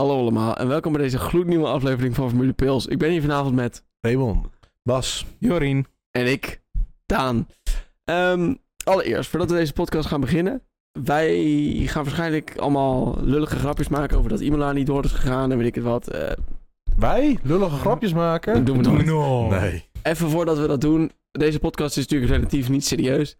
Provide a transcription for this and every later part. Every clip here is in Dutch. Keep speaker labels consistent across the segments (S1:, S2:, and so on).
S1: Hallo allemaal en welkom bij deze gloednieuwe aflevering van Formule Pils. Ik ben hier vanavond met
S2: Raymond. Bas.
S3: Jorien.
S1: en ik, Daan. Ehm, allereerst, voordat we deze podcast gaan beginnen. Wij gaan waarschijnlijk allemaal lullige grapjes maken over dat Imola niet door is gegaan en weet ik het wat. Eh,
S2: Wij? Lullige grapjes maken?
S1: dat doen we nooit.
S2: Nee.
S1: Even voordat we dat doen. Deze podcast is natuurlijk relatief niet serieus.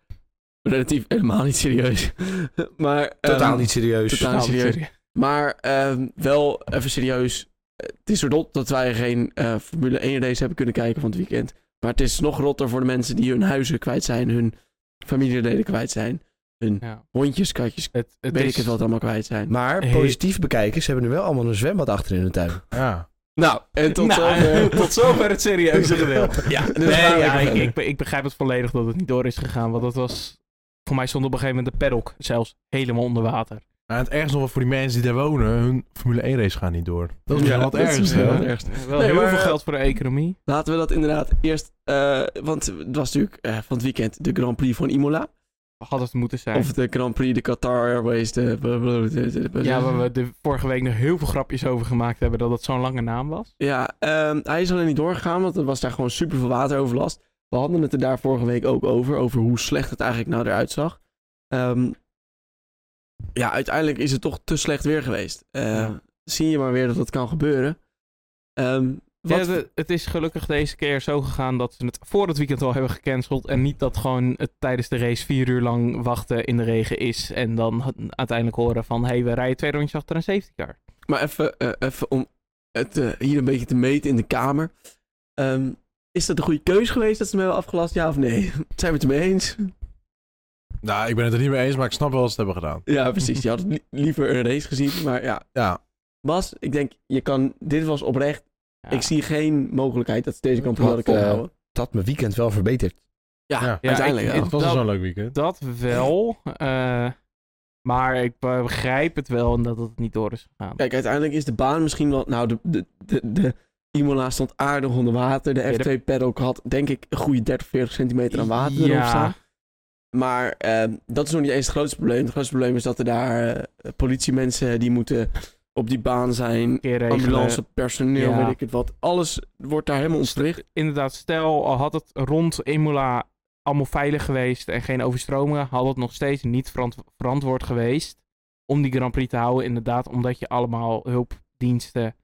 S1: Relatief helemaal niet serieus. maar, ehm,
S2: Totaal niet serieus.
S1: Totaal
S3: Nou,
S1: niet serieus. Maar ehm, wel even serieus. Eh, Het is zo rot dat wij geen eh, Formule 1 race hebben kunnen kijken van het weekend. Maar het is nog rotter voor de mensen die hun huizen kwijt zijn, hun familieleden kwijt zijn, hun
S3: Ja.
S1: hondjes, katjes,
S3: Het, het
S1: weet
S3: is,
S1: ik het wat allemaal kwijt zijn.
S4: Maar
S3: Hey.
S4: positief bekijken, ze hebben nu wel allemaal een zwembad achter in hun tuin.
S2: Ja.
S1: Nou, en tot
S3: Nou,
S1: zover.
S3: tot zover het serieuze gedeelte.
S1: Ja, dus
S3: Nee,
S1: gaan we
S3: ja,
S1: even
S3: ik,
S1: verder.
S3: ik, ik begrijp het volledig dat het niet door is gegaan. Want dat was... Voor mij stond op een gegeven moment de paddock zelfs helemaal onder water.
S2: En het ergste nog wel voor die mensen die daar wonen, hun Formule 1 race gaat niet door. Dat is
S1: Ja,
S2: wel wat
S1: dat is
S2: ergste.
S1: wel
S2: hè?
S1: het ergste.
S3: Wel
S1: Nee,
S3: heel
S1: maar-
S3: veel geld voor de economie.
S1: Laten we dat inderdaad eerst, eh, want het was natuurlijk eh, van het weekend de Grand Prix van Imola.
S3: Had het moeten zijn.
S1: Of de Grand Prix, de Qatar Airways, de...
S3: ja, waar we de vorige week nog heel veel grapjes over gemaakt hebben dat het zo'n lange naam was.
S1: Ja, ehm, hij is alleen niet doorgegaan, want er was daar gewoon super veel wateroverlast. We hadden het er daar vorige week ook over, over hoe slecht het eigenlijk nou eruit zag. Ehm, ja, uiteindelijk is het toch te slecht weer geweest. Eh,
S3: Ja.
S1: Zie je maar weer dat dat kan gebeuren. Ehm,
S3: Ja,
S1: wat,
S3: de- het is gelukkig deze keer zo gegaan dat ze het voor het weekend al hebben gecanceld. En niet dat gewoon het tijdens de race vier uur lang wachten in de regen is. En dan had- uiteindelijk horen van, hé, hey, we rijden twee rondjes achter een safety car.
S1: maar even, eh, even om het eh, hier een beetje te meten in de kamer. Ehm, is dat een goede keus geweest dat ze hem hebben afgelast, ja of nee? Zijn we het ermee eens?
S2: Nou, ik ben het er niet mee eens, maar ik snap wel wat ze het hebben gedaan.
S1: Ja, precies. Je had li- liever een race gezien, maar ja.
S2: Ja.
S1: Bas, ik denk, je kan, dit was oprecht
S3: Ja.
S1: Ik zie geen mogelijkheid dat ze deze kampioen hadden kunnen
S4: eh,
S1: houden.
S4: Dat had mijn weekend wel verbeterd.
S1: Ja,
S2: Ja.
S1: uiteindelijk
S3: ik-
S1: ja.
S3: ik-
S2: Het was
S3: dat-
S2: dus zo'n leuk weekend.
S3: Dat wel. eh, maar ik be- begrijp het wel en dat het niet door is gegaan.
S1: Kijk, uiteindelijk is de baan misschien wel... Nou, de, de, de, de Imola stond aardig onder water. De
S3: Ja,
S1: F2 paddock had denk ik een goede 30, 40 centimeter aan water erop staan. Maar ehm, dat is nog niet eens het grootste probleem. Het grootste probleem is dat er daar eh, politiemensen die moeten op die baan zijn.
S3: keer regelen.
S1: Ambulance, personeel,
S3: Ja.
S1: weet ik het wat. Alles wordt daar helemaal ontstrikt.
S3: Inderdaad, stel al had het rond Imola allemaal veilig geweest en geen overstromingen, had het nog steeds niet verant- verantwoord geweest om die Grand Prix te houden. Inderdaad, omdat je allemaal hulpdiensten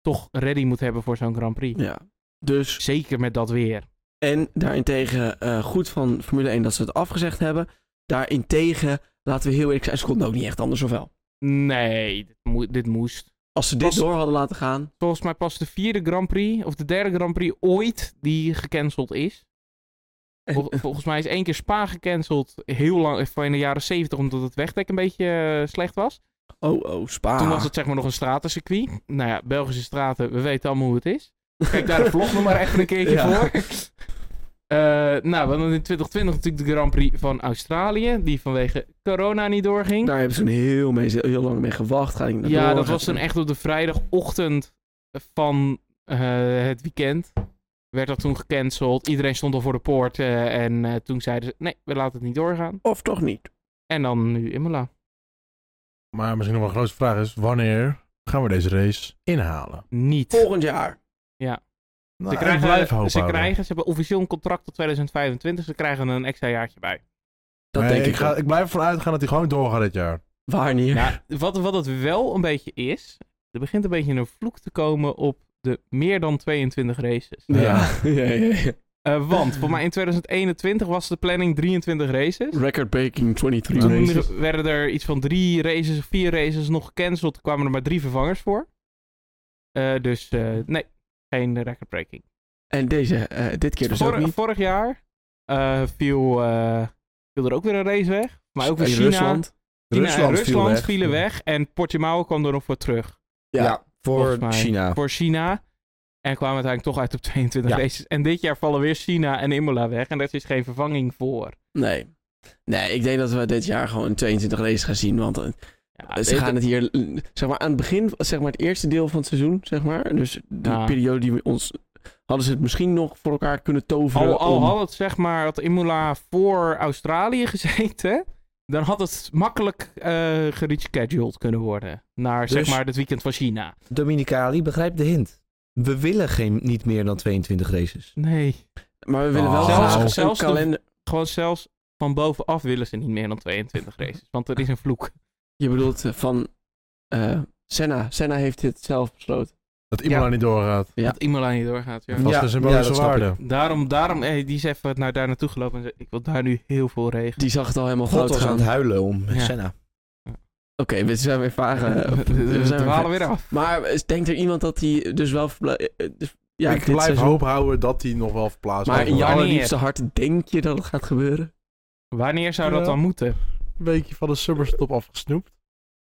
S3: toch ready moet hebben voor zo'n Grand Prix.
S1: Ja. Dus
S3: Zeker met dat weer.
S1: En daarentegen eh, goed van Formule 1 dat ze het afgezegd hebben. Daarentegen, laten we heel eerlijk zijn, ze konden ook niet echt anders of wel.
S3: Nee, dit, moe- dit moest.
S1: Als ze dit
S3: Was-
S1: door hadden laten gaan,
S3: Volgens mij pas de vierde Grand Prix of de derde Grand Prix ooit die gecanceld is. Vol- volgens mij is één keer Spa gecanceld, heel lang, van in de jaren 70, omdat het wegdek een beetje eh, slecht was.
S1: oh oh, Spa.
S3: Toen was het zeg maar nog een stratencircuit. Nou ja, Belgische straten, we weten allemaal hoe het is. Kijk daar de vlog nog maar even een keertje
S1: Ja.
S3: voor. Eh, nou, we hadden in 2020 natuurlijk de Grand Prix van Australië, die vanwege corona niet doorging.
S1: Daar hebben ze een heel, mee, heel lang mee gewacht. Ga ik naar
S3: Ja,
S1: door,
S3: dat
S1: gaat
S3: was dan
S1: het-
S3: echt op de vrijdagochtend van eh, het weekend. Werd dat toen gecanceld. Iedereen stond al voor de poort. eh, en eh, toen zeiden ze, nee, we laten het niet doorgaan.
S1: Of toch niet?
S3: En dan nu Imola.
S2: Maar misschien nog wel een grote vraag is, wanneer gaan we deze race inhalen?
S3: Niet.
S1: Volgend jaar.
S2: Nou,
S3: ze
S2: ik
S3: krijgen,
S2: blijf hoop
S3: ze,
S2: houden.
S3: krijgen, ze hebben officieel een contract tot 2025. Ze krijgen een extra jaartje bij.
S1: Dat
S2: Nee,
S1: denk ik.
S2: ik, ga,
S1: wel.
S2: ik blijf ervan uitgaan dat hij gewoon doorgaat dit jaar.
S1: Wanneer?
S3: Nou, wat, wat het wel een beetje is, er begint een beetje een vloek te komen op de meer dan 22 races.
S1: ja. ja, ja, ja.
S3: Eh, want voor mij in 2021 was de planning 23 races.
S1: Record breaking 23
S2: Ja.
S1: races.
S3: Toen werden er iets van drie races of vier races nog gecanceld. Toen kwamen er maar drie vervangers voor. Eh, dus eh, nee, geen recordbreaking.
S1: En deze, eh, dit keer dus
S3: Vor-
S1: ook niet.
S3: Vorig jaar eh, viel, eh, viel er ook weer een race weg. Maar ook weer
S1: In
S3: China.
S1: eh, Rusland.
S3: China en
S4: Rusland viel
S3: Rusland
S4: weg.
S3: vielen weg. En Portimao kwam er nog voor terug.
S1: Ja.
S4: Ja, voor
S3: Volgens mij.
S4: China.
S3: Voor China. En kwamen uiteindelijk toch uit op 22
S4: Ja.
S3: races. En dit jaar vallen weer China en Imola weg. En daar is geen vervanging voor.
S1: Nee. Nee, ik denk dat we dit jaar gewoon 22 races gaan zien. Want eh,
S3: Ja,
S1: ze gaan het hier, eh, zeg maar, aan het begin, zeg maar, het eerste deel van het seizoen, zeg maar. Dus de
S3: Ja.
S1: periode die we ons. hadden ze het misschien nog voor
S3: Oh,
S1: elkaar kunnen toveren.
S3: Al, al
S1: om-
S3: had het zeg maar, had Imola voor Australië gezeten, dan had het makkelijk eh gerescheduled kunnen worden. Naar zeg
S4: Dus-
S3: maar het weekend van China.
S4: Dominicali, begrijp de hint. We willen geen, niet meer dan 22 races.
S3: Nee.
S1: Maar we willen wel
S2: Oh.
S1: graag
S2: Zelfs-
S1: een
S3: zelfs de-
S1: kalender...
S3: Gewoon zelfs van bovenaf willen ze niet meer dan 22 races. Want er is een vloek.
S1: Je bedoelt eh, van eh, Senna. Senna heeft dit zelf besloten.
S2: Dat Imola
S3: Ja.
S2: niet doorgaat.
S1: Ja.
S3: Dat Imola niet doorgaat. Ja.
S2: Dat is
S4: Ja,
S2: een symbolische
S4: ja, dat snap ik.
S2: waarde.
S3: Daarom, daarom hey, die is even naar daar naartoe gelopen. En zei, ik wil daar nu heel veel regen.
S1: Die zag het al helemaal
S4: God
S1: fout
S4: was
S1: gaan.
S4: aan het
S1: Oké,
S4: huilen om
S3: Ja.
S4: Senna.
S1: we zijn weer vragen. eh,
S3: we
S1: we zijn weer
S3: dwalen weer af.
S1: Maar eh, denkt er iemand dat hij dus wel... verbla- eh, eh, dus- Ja,
S2: ik
S1: dit
S2: blijf
S1: seizoen-
S2: hoop houden dat hij nog wel verplaatst
S1: Maar
S2: wordt.
S1: in je
S3: Wanneer?
S1: allerliefste hart denk je dat het gaat gebeuren?
S3: Wanneer zou dat
S2: Ja.
S3: dan moeten?
S2: Een beetje van de summerstop afgesnoept.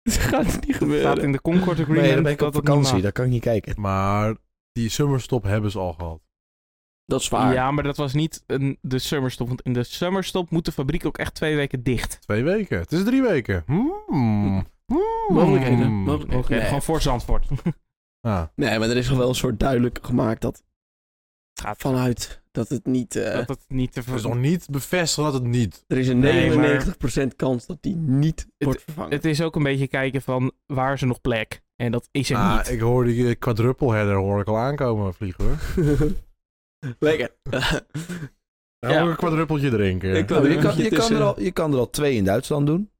S1: Het gaat niet
S3: Het staat
S1: gebeuren.
S3: in de Concord Agreement.
S4: Nee, dan ben ik op
S3: dat het niet
S4: vakantie,
S3: mag.
S4: daar kan ik niet kijken.
S2: Maar die summerstop hebben ze al gehad.
S1: Dat is waar.
S3: Ja, maar dat was niet een, de summerstop. Want in de summerstop moet de fabriek ook echt twee weken dicht.
S2: Twee weken. Het is drie weken. Hmm. Hmm.
S1: Mogelijkheden. Mogelijkheden.
S3: Oké,
S1: Nee.
S3: Gewoon voor Zandvoort.
S2: Ja.
S1: Nee, maar er is nog wel een soort duidelijk gemaakt dat vanuit dat het niet... eh,
S3: dat het niet te
S2: Het is
S3: ver...
S2: nog niet bevestigd dat het niet.
S1: er is een
S3: Nee, maar-
S1: 99% kans dat die niet wordt vervangen.
S3: Het is ook een beetje kijken van waar is er nog plek. En dat is er
S2: Ah,
S3: niet.
S2: ik hoor die eh, quadrupelheader hoor ik al aankomen vliegen hoor.
S1: Lekker.
S2: Dan
S1: Ja.
S2: moet ik een quadruppeltje drinken.
S1: Ik-
S4: Nou, je,
S1: een
S4: kan, je,
S1: beetje
S4: kan er
S1: tussen.
S4: al, je kan er al twee in Duitsland doen.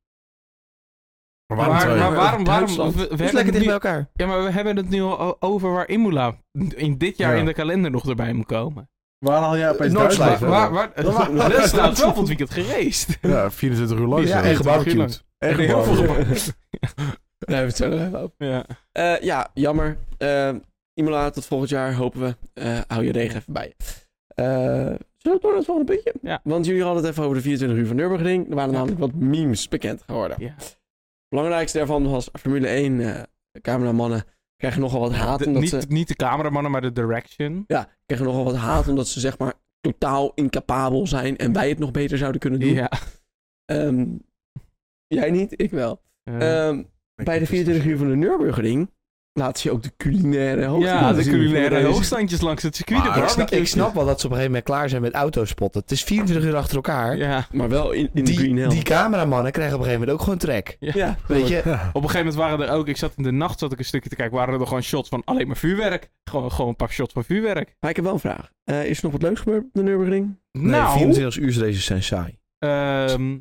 S2: Maar
S3: Maar,
S2: waarom
S3: waar-
S2: twee?
S3: maar waarom... waarom
S1: Duitsland.
S3: we, we
S4: Dat is
S3: hebben
S4: lekker
S3: Dus het
S4: dicht
S3: nu,
S4: bij elkaar.
S3: ja, maar we hebben het nu al over waar Imola in dit jaar
S2: Ja.
S3: in de kalender nog erbij moet komen.
S2: Waar haal jij
S4: opeens Noordslijf.
S3: Waar,
S4: Duitsland.
S3: waar, waar,
S2: Dat-
S3: dat staat wel van het weekend gereest.
S2: Ja, 24 uur lang.
S4: Ja,
S2: Ja,
S4: en
S2: echt.
S4: gebarbecued.
S2: echt
S3: Heel
S2: waar.
S3: veel
S1: Ja.
S3: gemaakt.
S1: Daar hebben we het zo nog even over.
S3: Ja.
S1: Eh, ja, jammer. Eh, Imola, tot volgend jaar, hopen we. Eh, hou je regen even bij. Eh, zullen we door naar het volgende puntje?
S3: Ja.
S1: Want jullie hadden het even over de 24 uur van Nürburgring. Er waren
S3: Ja.
S1: namelijk wat memes bekend geworden.
S3: Ja.
S1: belangrijkste daarvan was Formule 1 eh, cameramannen krijgen nogal wat haat
S3: De-
S1: omdat
S3: niet,
S1: ze
S3: niet de cameramannen, maar de direction.
S1: ja, krijgen nogal wat haat omdat ze zeg maar totaal incapabel zijn en wij het nog beter zouden kunnen doen.
S3: Ja.
S1: Ehm, jij niet, ik wel.
S3: Eh,
S1: Ehm, bij de 24 uur van de Nürburgring laat ze je ook de culinaire hoogte
S3: ja, de culinaire Ah,
S1: hoogte.
S3: hoogstandjes langs het circuit. de
S2: Maar ik
S4: Ik snap,
S3: barbecue.
S4: ik snap wel dat ze op een gegeven moment klaar zijn met autospotten. Het is 24 uur achter elkaar.
S3: Ja.
S1: Maar wel in, in de Green
S4: Die,
S1: Hell.
S4: die cameramannen krijgen op een gegeven moment ook gewoon trek.
S1: ja,
S4: Weet je,
S2: Ja.
S3: Op een gegeven moment waren er ook, ik zat in de nacht zat ik een stukje te kijken, waren er gewoon shots van alleen maar vuurwerk. Gewoon, gewoon een paar shots van vuurwerk.
S1: Maar ik heb wel een vraag. Eh, is er nog wat leuks gebeurd op de Nürburgring?
S4: nee,
S3: nou,
S4: 24 uur races zijn saai.
S3: ehm,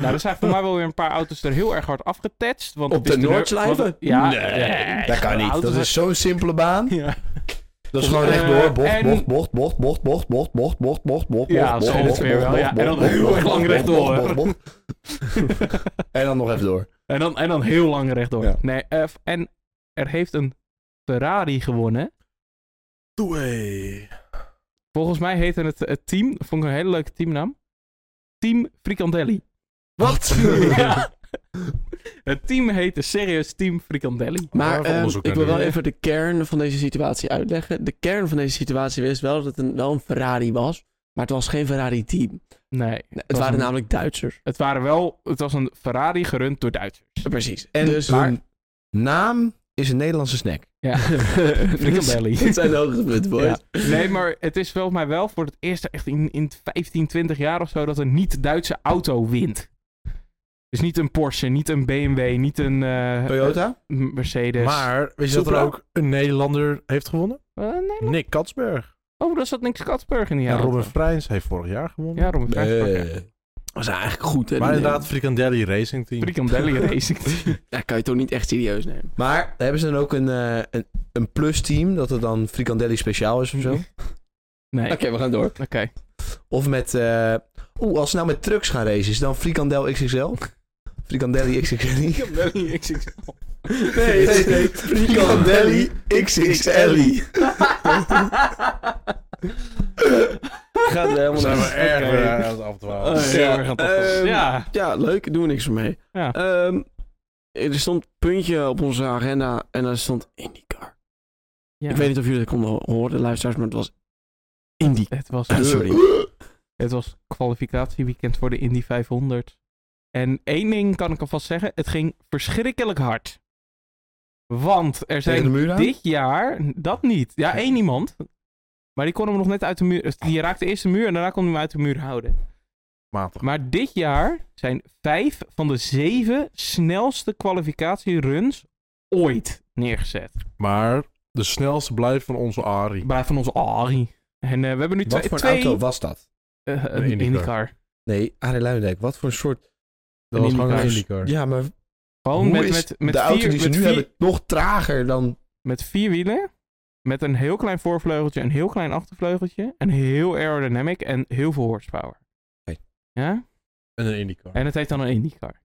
S3: nou, er zijn voor mij wel weer een paar auto's er heel erg hard afgetetst. Want
S1: Op
S3: het is
S1: de
S3: Nür-
S1: Noordslijven?
S3: want- Ja,
S1: Nee,
S3: ja,
S4: Dat kan
S3: de
S4: niet.
S3: auto's-
S4: Dat is zo'n simpele baan.
S3: Ja,
S4: Dat is gewoon
S3: Eh,
S4: rechtdoor. Bocht,
S3: en-
S4: bocht, bocht, bocht, bocht, bocht, bocht, bocht, bocht, bocht, bocht,
S3: Ja,
S4: bocht,
S3: zo
S4: bocht,
S3: ongeveer
S4: bocht,
S3: wel,
S4: bocht,
S3: ja. En
S4: bocht,
S3: dan
S4: bocht,
S3: heel
S4: bocht,
S3: erg lang
S4: bocht,
S3: rechtdoor,
S4: bocht, bocht, bocht. En dan nog even door.
S3: en, dan, en dan heel lang rechtdoor.
S4: Ja.
S3: Nee, eh, f- en er heeft een Ferrari gewonnen.
S2: Doei.
S3: Volgens mij heette het, het team, vond ik een hele leuke teamnaam. Team Fricandelli.
S4: Wat?
S3: Ja. Het team heette serieus Team Fricandelli.
S1: Maar
S2: Even
S1: ehm,
S2: onderzoek
S1: ik wil
S2: naar
S1: wel
S2: doen.
S1: even de kern van deze situatie uitleggen. De kern van deze situatie is wel dat het een, wel een Ferrari was, maar het was geen Ferrari-team.
S3: Nee,
S1: Nee, het
S3: was
S1: waren
S3: een-
S1: namelijk Duitsers.
S3: het waren wel, het was een Ferrari gerund door Duitsers.
S1: Ja, Precies.
S4: En
S1: dus,
S4: hun naam is een Nederlandse snack.
S3: Ja,
S1: Frikandelli.
S3: Frikandelli.
S1: Dat zijn de hoogste punten, boys.
S3: Ja. Dus- Nee, maar het is volgens mij wel voor het eerst echt in, in 15, 20 jaar of zo dat een niet-Duitse auto wint. Dus niet een Porsche, niet een BMW, niet een eh,
S4: Toyota?
S3: eh, Mercedes.
S2: Maar, weet je dat er
S1: Supra?
S2: ook een Nederlander heeft gewonnen?
S3: Eh, nee, maar-
S2: Nick Katsberg.
S3: Oh, daar zat niks Katsburg in die
S2: en
S3: auto.
S2: Robin Vrijns heeft vorig jaar gewonnen.
S3: Ja, Robin Vrijs, oké.
S1: Dat is eigenlijk goed, hè?
S2: maar
S1: die
S2: inderdaad, Fricandelli Racing Team.
S3: Frikandelli Racing Team.
S1: nemen. Dat kan je toch niet echt serieus nemen.
S4: Maar daar hebben ze dan ook een, eh, een, een plusteam, dat het dan Frikandelli speciaal is of zo?
S3: Nee,
S1: Oké,
S3: oké.
S1: we gaan door.
S4: Of met, eh oeh, als ze nou met trucks gaan racen, is het dan Frikandel XXL? Frikandelli XXL?
S3: Frikandelli XXL.
S1: Nee, nee, nee.
S4: Frikandelli XXL.
S1: Gaat er helemaal
S2: zijn we
S1: naar.
S2: erg
S3: Oké.
S2: weer eh, aan het afdwalen.
S1: Oh,
S3: Heel
S1: ja.
S3: erg aan het afvallen.
S1: Ehm,
S3: Ja.
S1: Ja, leuk. Doen we niks voor mee.
S3: Ja.
S1: Ehm, er stond een puntje op onze agenda en daar stond IndyCar.
S3: Ja.
S1: Ik weet niet of jullie dat konden horen, luisteraars, maar het was Indy.
S3: Het was, eh,
S1: Sorry.
S3: het was kwalificatieweekend voor de Indy 500. En één ding kan ik alvast zeggen. Het ging verschrikkelijk hard. Want er
S4: Tegen de
S3: zijn
S4: muur aan?
S3: dit jaar... Dat niet. Ja, één eh, iemand. Maar die kon hem nog net uit de muur... Die raakte eerst de muur en daarna kon hij hem uit de muur houden.
S2: Matig.
S3: Maar dit jaar zijn vijf van de zeven snelste kwalificatieruns ooit neergezet.
S2: Maar de snelste blijft van onze Ari.
S3: Bij van onze Ari. En eh, we hebben nu
S4: Wat
S3: twee...
S4: voor een
S3: twee,
S4: auto was dat?
S3: eh, een
S2: Een
S3: IndyCar.
S2: IndyCar.
S4: Nee, Arie Luijendijk, wat voor een soort...
S2: Dat was gewoon een
S3: Indycar.
S2: IndyCar.
S4: Ja, maar
S3: Gewoon
S4: hoe
S3: Oh, met,
S4: is
S3: met, met,
S4: de auto
S3: vier,
S4: die ze
S3: met,
S4: nu
S3: vier,
S4: hebben nog trager dan...
S3: met vier wielen. Met een heel klein voorvleugeltje, een heel klein achtervleugeltje. En heel aerodynamic en heel veel horsepower.
S4: Oké.
S3: Ja?
S2: En een IndyCar.
S3: En het heet dan een IndyCar.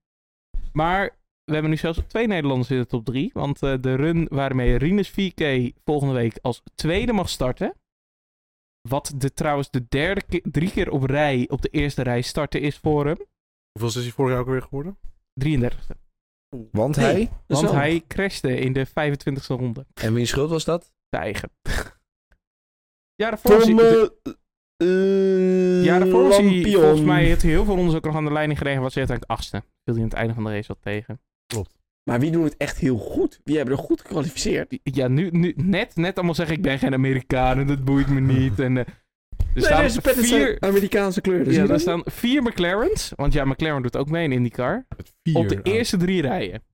S3: Maar we hebben nu zelfs twee Nederlanders in de top drie. Want eh, de run waarmee Rinus 4K volgende week als tweede mag starten. Wat de, trouwens de derde keer, drie keer op rij op de eerste rij starten is voor hem.
S2: Hoeveel is hij vorig jaar ook weer geworden?
S3: 33.
S4: Want
S1: Nee.
S4: hij...
S3: Want
S1: Zo.
S3: hij crashte in de 25e ronde.
S4: En wie schuld was dat?
S3: De eigen. Ja, daarvoor was
S4: Tom...
S3: hij-
S4: eh,
S3: ja, daarvoor was hij-
S4: Lampion.
S3: volgens mij heeft hij heel veel onderzoek nog aan de leiding geregen. Was hij uiteindelijk achtste. Viel hij aan het einde van de race wat tegen.
S1: Maar wie doen het echt heel goed? Wie hebben er goed gekwalificeerd?
S3: Ja, nu, nu net, net allemaal zeggen ik ben geen Amerikaan en dat boeit me niet. En, eh, er
S1: Dus
S3: staan
S1: daar is
S3: vier,
S1: Amerikaanse kleur.
S3: ja, er staan vier McLarens. Want ja, McLaren doet ook mee in IndyCar.
S2: Met vier.
S3: Op de
S2: aan-
S3: eerste drie rijen.
S1: oh.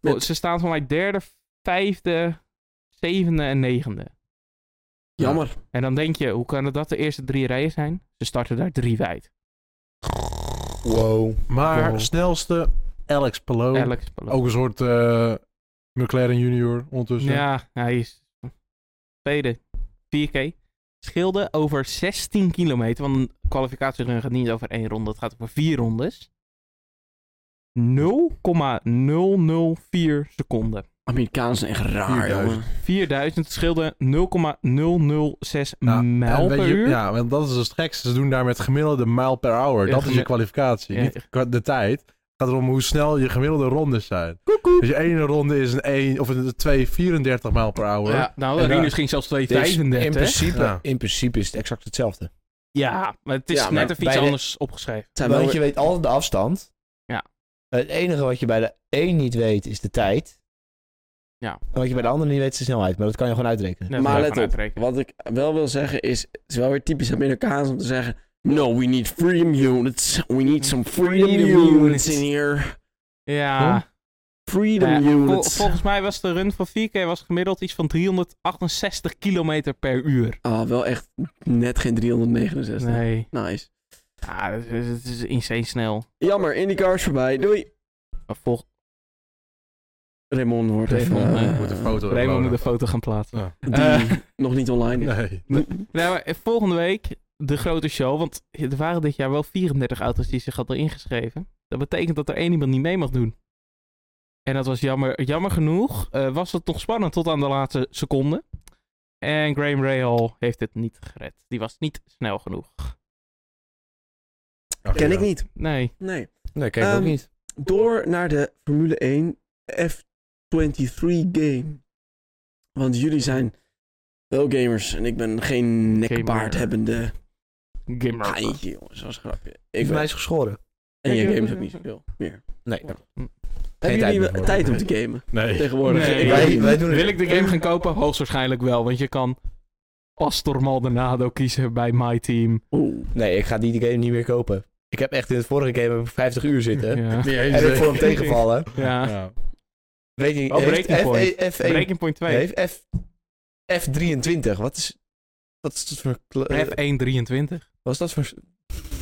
S1: Met-
S3: Oh, Ze staan van mij derde, vijfde, zevende en negende.
S1: Jammer.
S3: En dan denk je, hoe kan het dat de eerste drie rijen zijn? Ze starten daar drie wijd.
S4: Wow.
S2: Maar
S3: Wow.
S2: snelste Alex
S1: Oh.
S2: Palou.
S3: Alex Palou.
S2: Ook een soort eh, McLaren junior ondertussen.
S3: Ja, hij is tweede. 4K. Scheelde over 16 kilometer. Want een kwalificatierun gaat niet over één ronde. Het gaat over vier rondes. 0,004 seconden.
S1: Amerikaans zijn echt raar,
S2: 4000.
S1: jongen.
S3: 4000 scheelde 0,006
S2: Ja,
S3: mijl
S2: Nou, En weet
S3: per
S2: je-
S3: uur.
S2: Ja, want dat is dus het gekste. Ze doen daar met gemiddelde mijl per hour.
S3: Ja,
S2: dat is je
S3: gemi-
S2: kwalificatie.
S3: Ja.
S2: Niet qua- de tijd. Het gaat erom hoe snel je gemiddelde rondes zijn.
S1: Koekoek.
S2: Dus je ene ronde is een 1 of een 2,34 mijl per hour.
S3: Ja, nou,
S2: En eh,
S3: Rinus
S2: daar-
S3: ging zelfs
S4: Dus in,
S3: 235.
S4: principe,
S2: Ja.
S4: in principe is het exact hetzelfde.
S3: Ja, maar het is
S1: Ja, maar
S3: net even
S4: bij
S3: iets
S4: de-
S3: anders opgeschreven.
S1: Het zijn wel
S4: Want je weet altijd de afstand.
S3: Ja.
S4: Het enige wat je bij de een niet weet is de tijd.
S3: Ja.
S4: En wat je bij de ander niet weet is de snelheid. Maar dat kan je gewoon uitrekenen.
S3: Net
S1: maar
S3: even
S1: let
S3: gaan
S1: op,
S3: uitrekenen.
S1: wat ik wel wil zeggen is, het is wel weer typisch Amerikaans om te zeggen, no, we need freedom units, we need some freedom, units
S3: Freedom units.
S1: in here,
S3: Ja.
S2: Huh?
S1: freedom
S3: Nou ja, vol-
S1: units.
S3: volgens mij was de run van 4K was gemiddeld iets van 368 kilometer per uur.
S1: Ah, wel echt net geen 369.
S3: Nee.
S1: Nice.
S3: Ja, dat is, dat is insane snel.
S1: Jammer, IndyCar is voorbij. Doei.
S3: Maar vol
S1: Raymond wordt
S3: Raymond,
S1: even...
S3: eh,
S1: eh,
S2: Moet een foto
S3: Raymond moet
S2: uploaden.
S3: de foto gaan plaatsen.
S2: Ja.
S1: Die
S3: Eh.
S1: nog niet online is.
S2: Nee.
S3: Nou, maar, eh, volgende week de grote show, want er waren dit jaar wel 34 auto's die zich hadden ingeschreven. Dat betekent dat er één iemand niet mee mag doen. En dat was jammer, jammer genoeg. eh, was het nog spannend tot aan de laatste seconde. En Graham Rahal heeft het niet gered. Die was niet snel genoeg.
S2: Ach,
S1: Ken
S2: ja.
S1: ik niet.
S3: Nee.
S1: Nee.
S4: Nee, kijk
S1: Ehm,
S4: ook niet.
S1: Door naar de Formule 1 F23 game. Want jullie zijn wel gamers en ik ben geen nekbaardhebbende
S3: Gimmer.
S1: geintje, jongens. Dat was een grapje. Ik
S4: Ik ben
S1: ben...
S4: is geschoren.
S1: En je games ook niet zoveel meer.
S4: Nee.
S1: Hebben
S3: Hm.
S4: Geen
S1: jullie
S4: tijd meer
S1: wel-
S4: voor.
S1: tijd om te gamen
S2: Nee.
S1: tegenwoordig?
S3: Nee.
S1: Ik
S4: Wij,
S1: weet
S4: wij
S1: niet.
S4: doen
S3: Wil
S4: het.
S3: ik de game gaan kopen? Hoogstwaarschijnlijk wel, want je kan Astor Maldonado kiezen bij My Team.
S1: Oeh.
S4: Nee, ik ga die game niet meer kopen. Ik heb echt in het vorige game heb ik 50 uur zitten.
S3: Ja.
S2: Niet eens,
S4: En ik
S2: hè.
S4: voor hem tegenvallen.
S3: ja.
S2: Ja.
S4: Weet je,
S3: Oh,
S4: heeft
S3: Breaking Point.
S4: F, F, F,
S3: Breaking Point 2.
S4: heeft F, F23. Wat is, wat is dat voor... kle- eh,
S3: F123.
S4: Wat is dat voor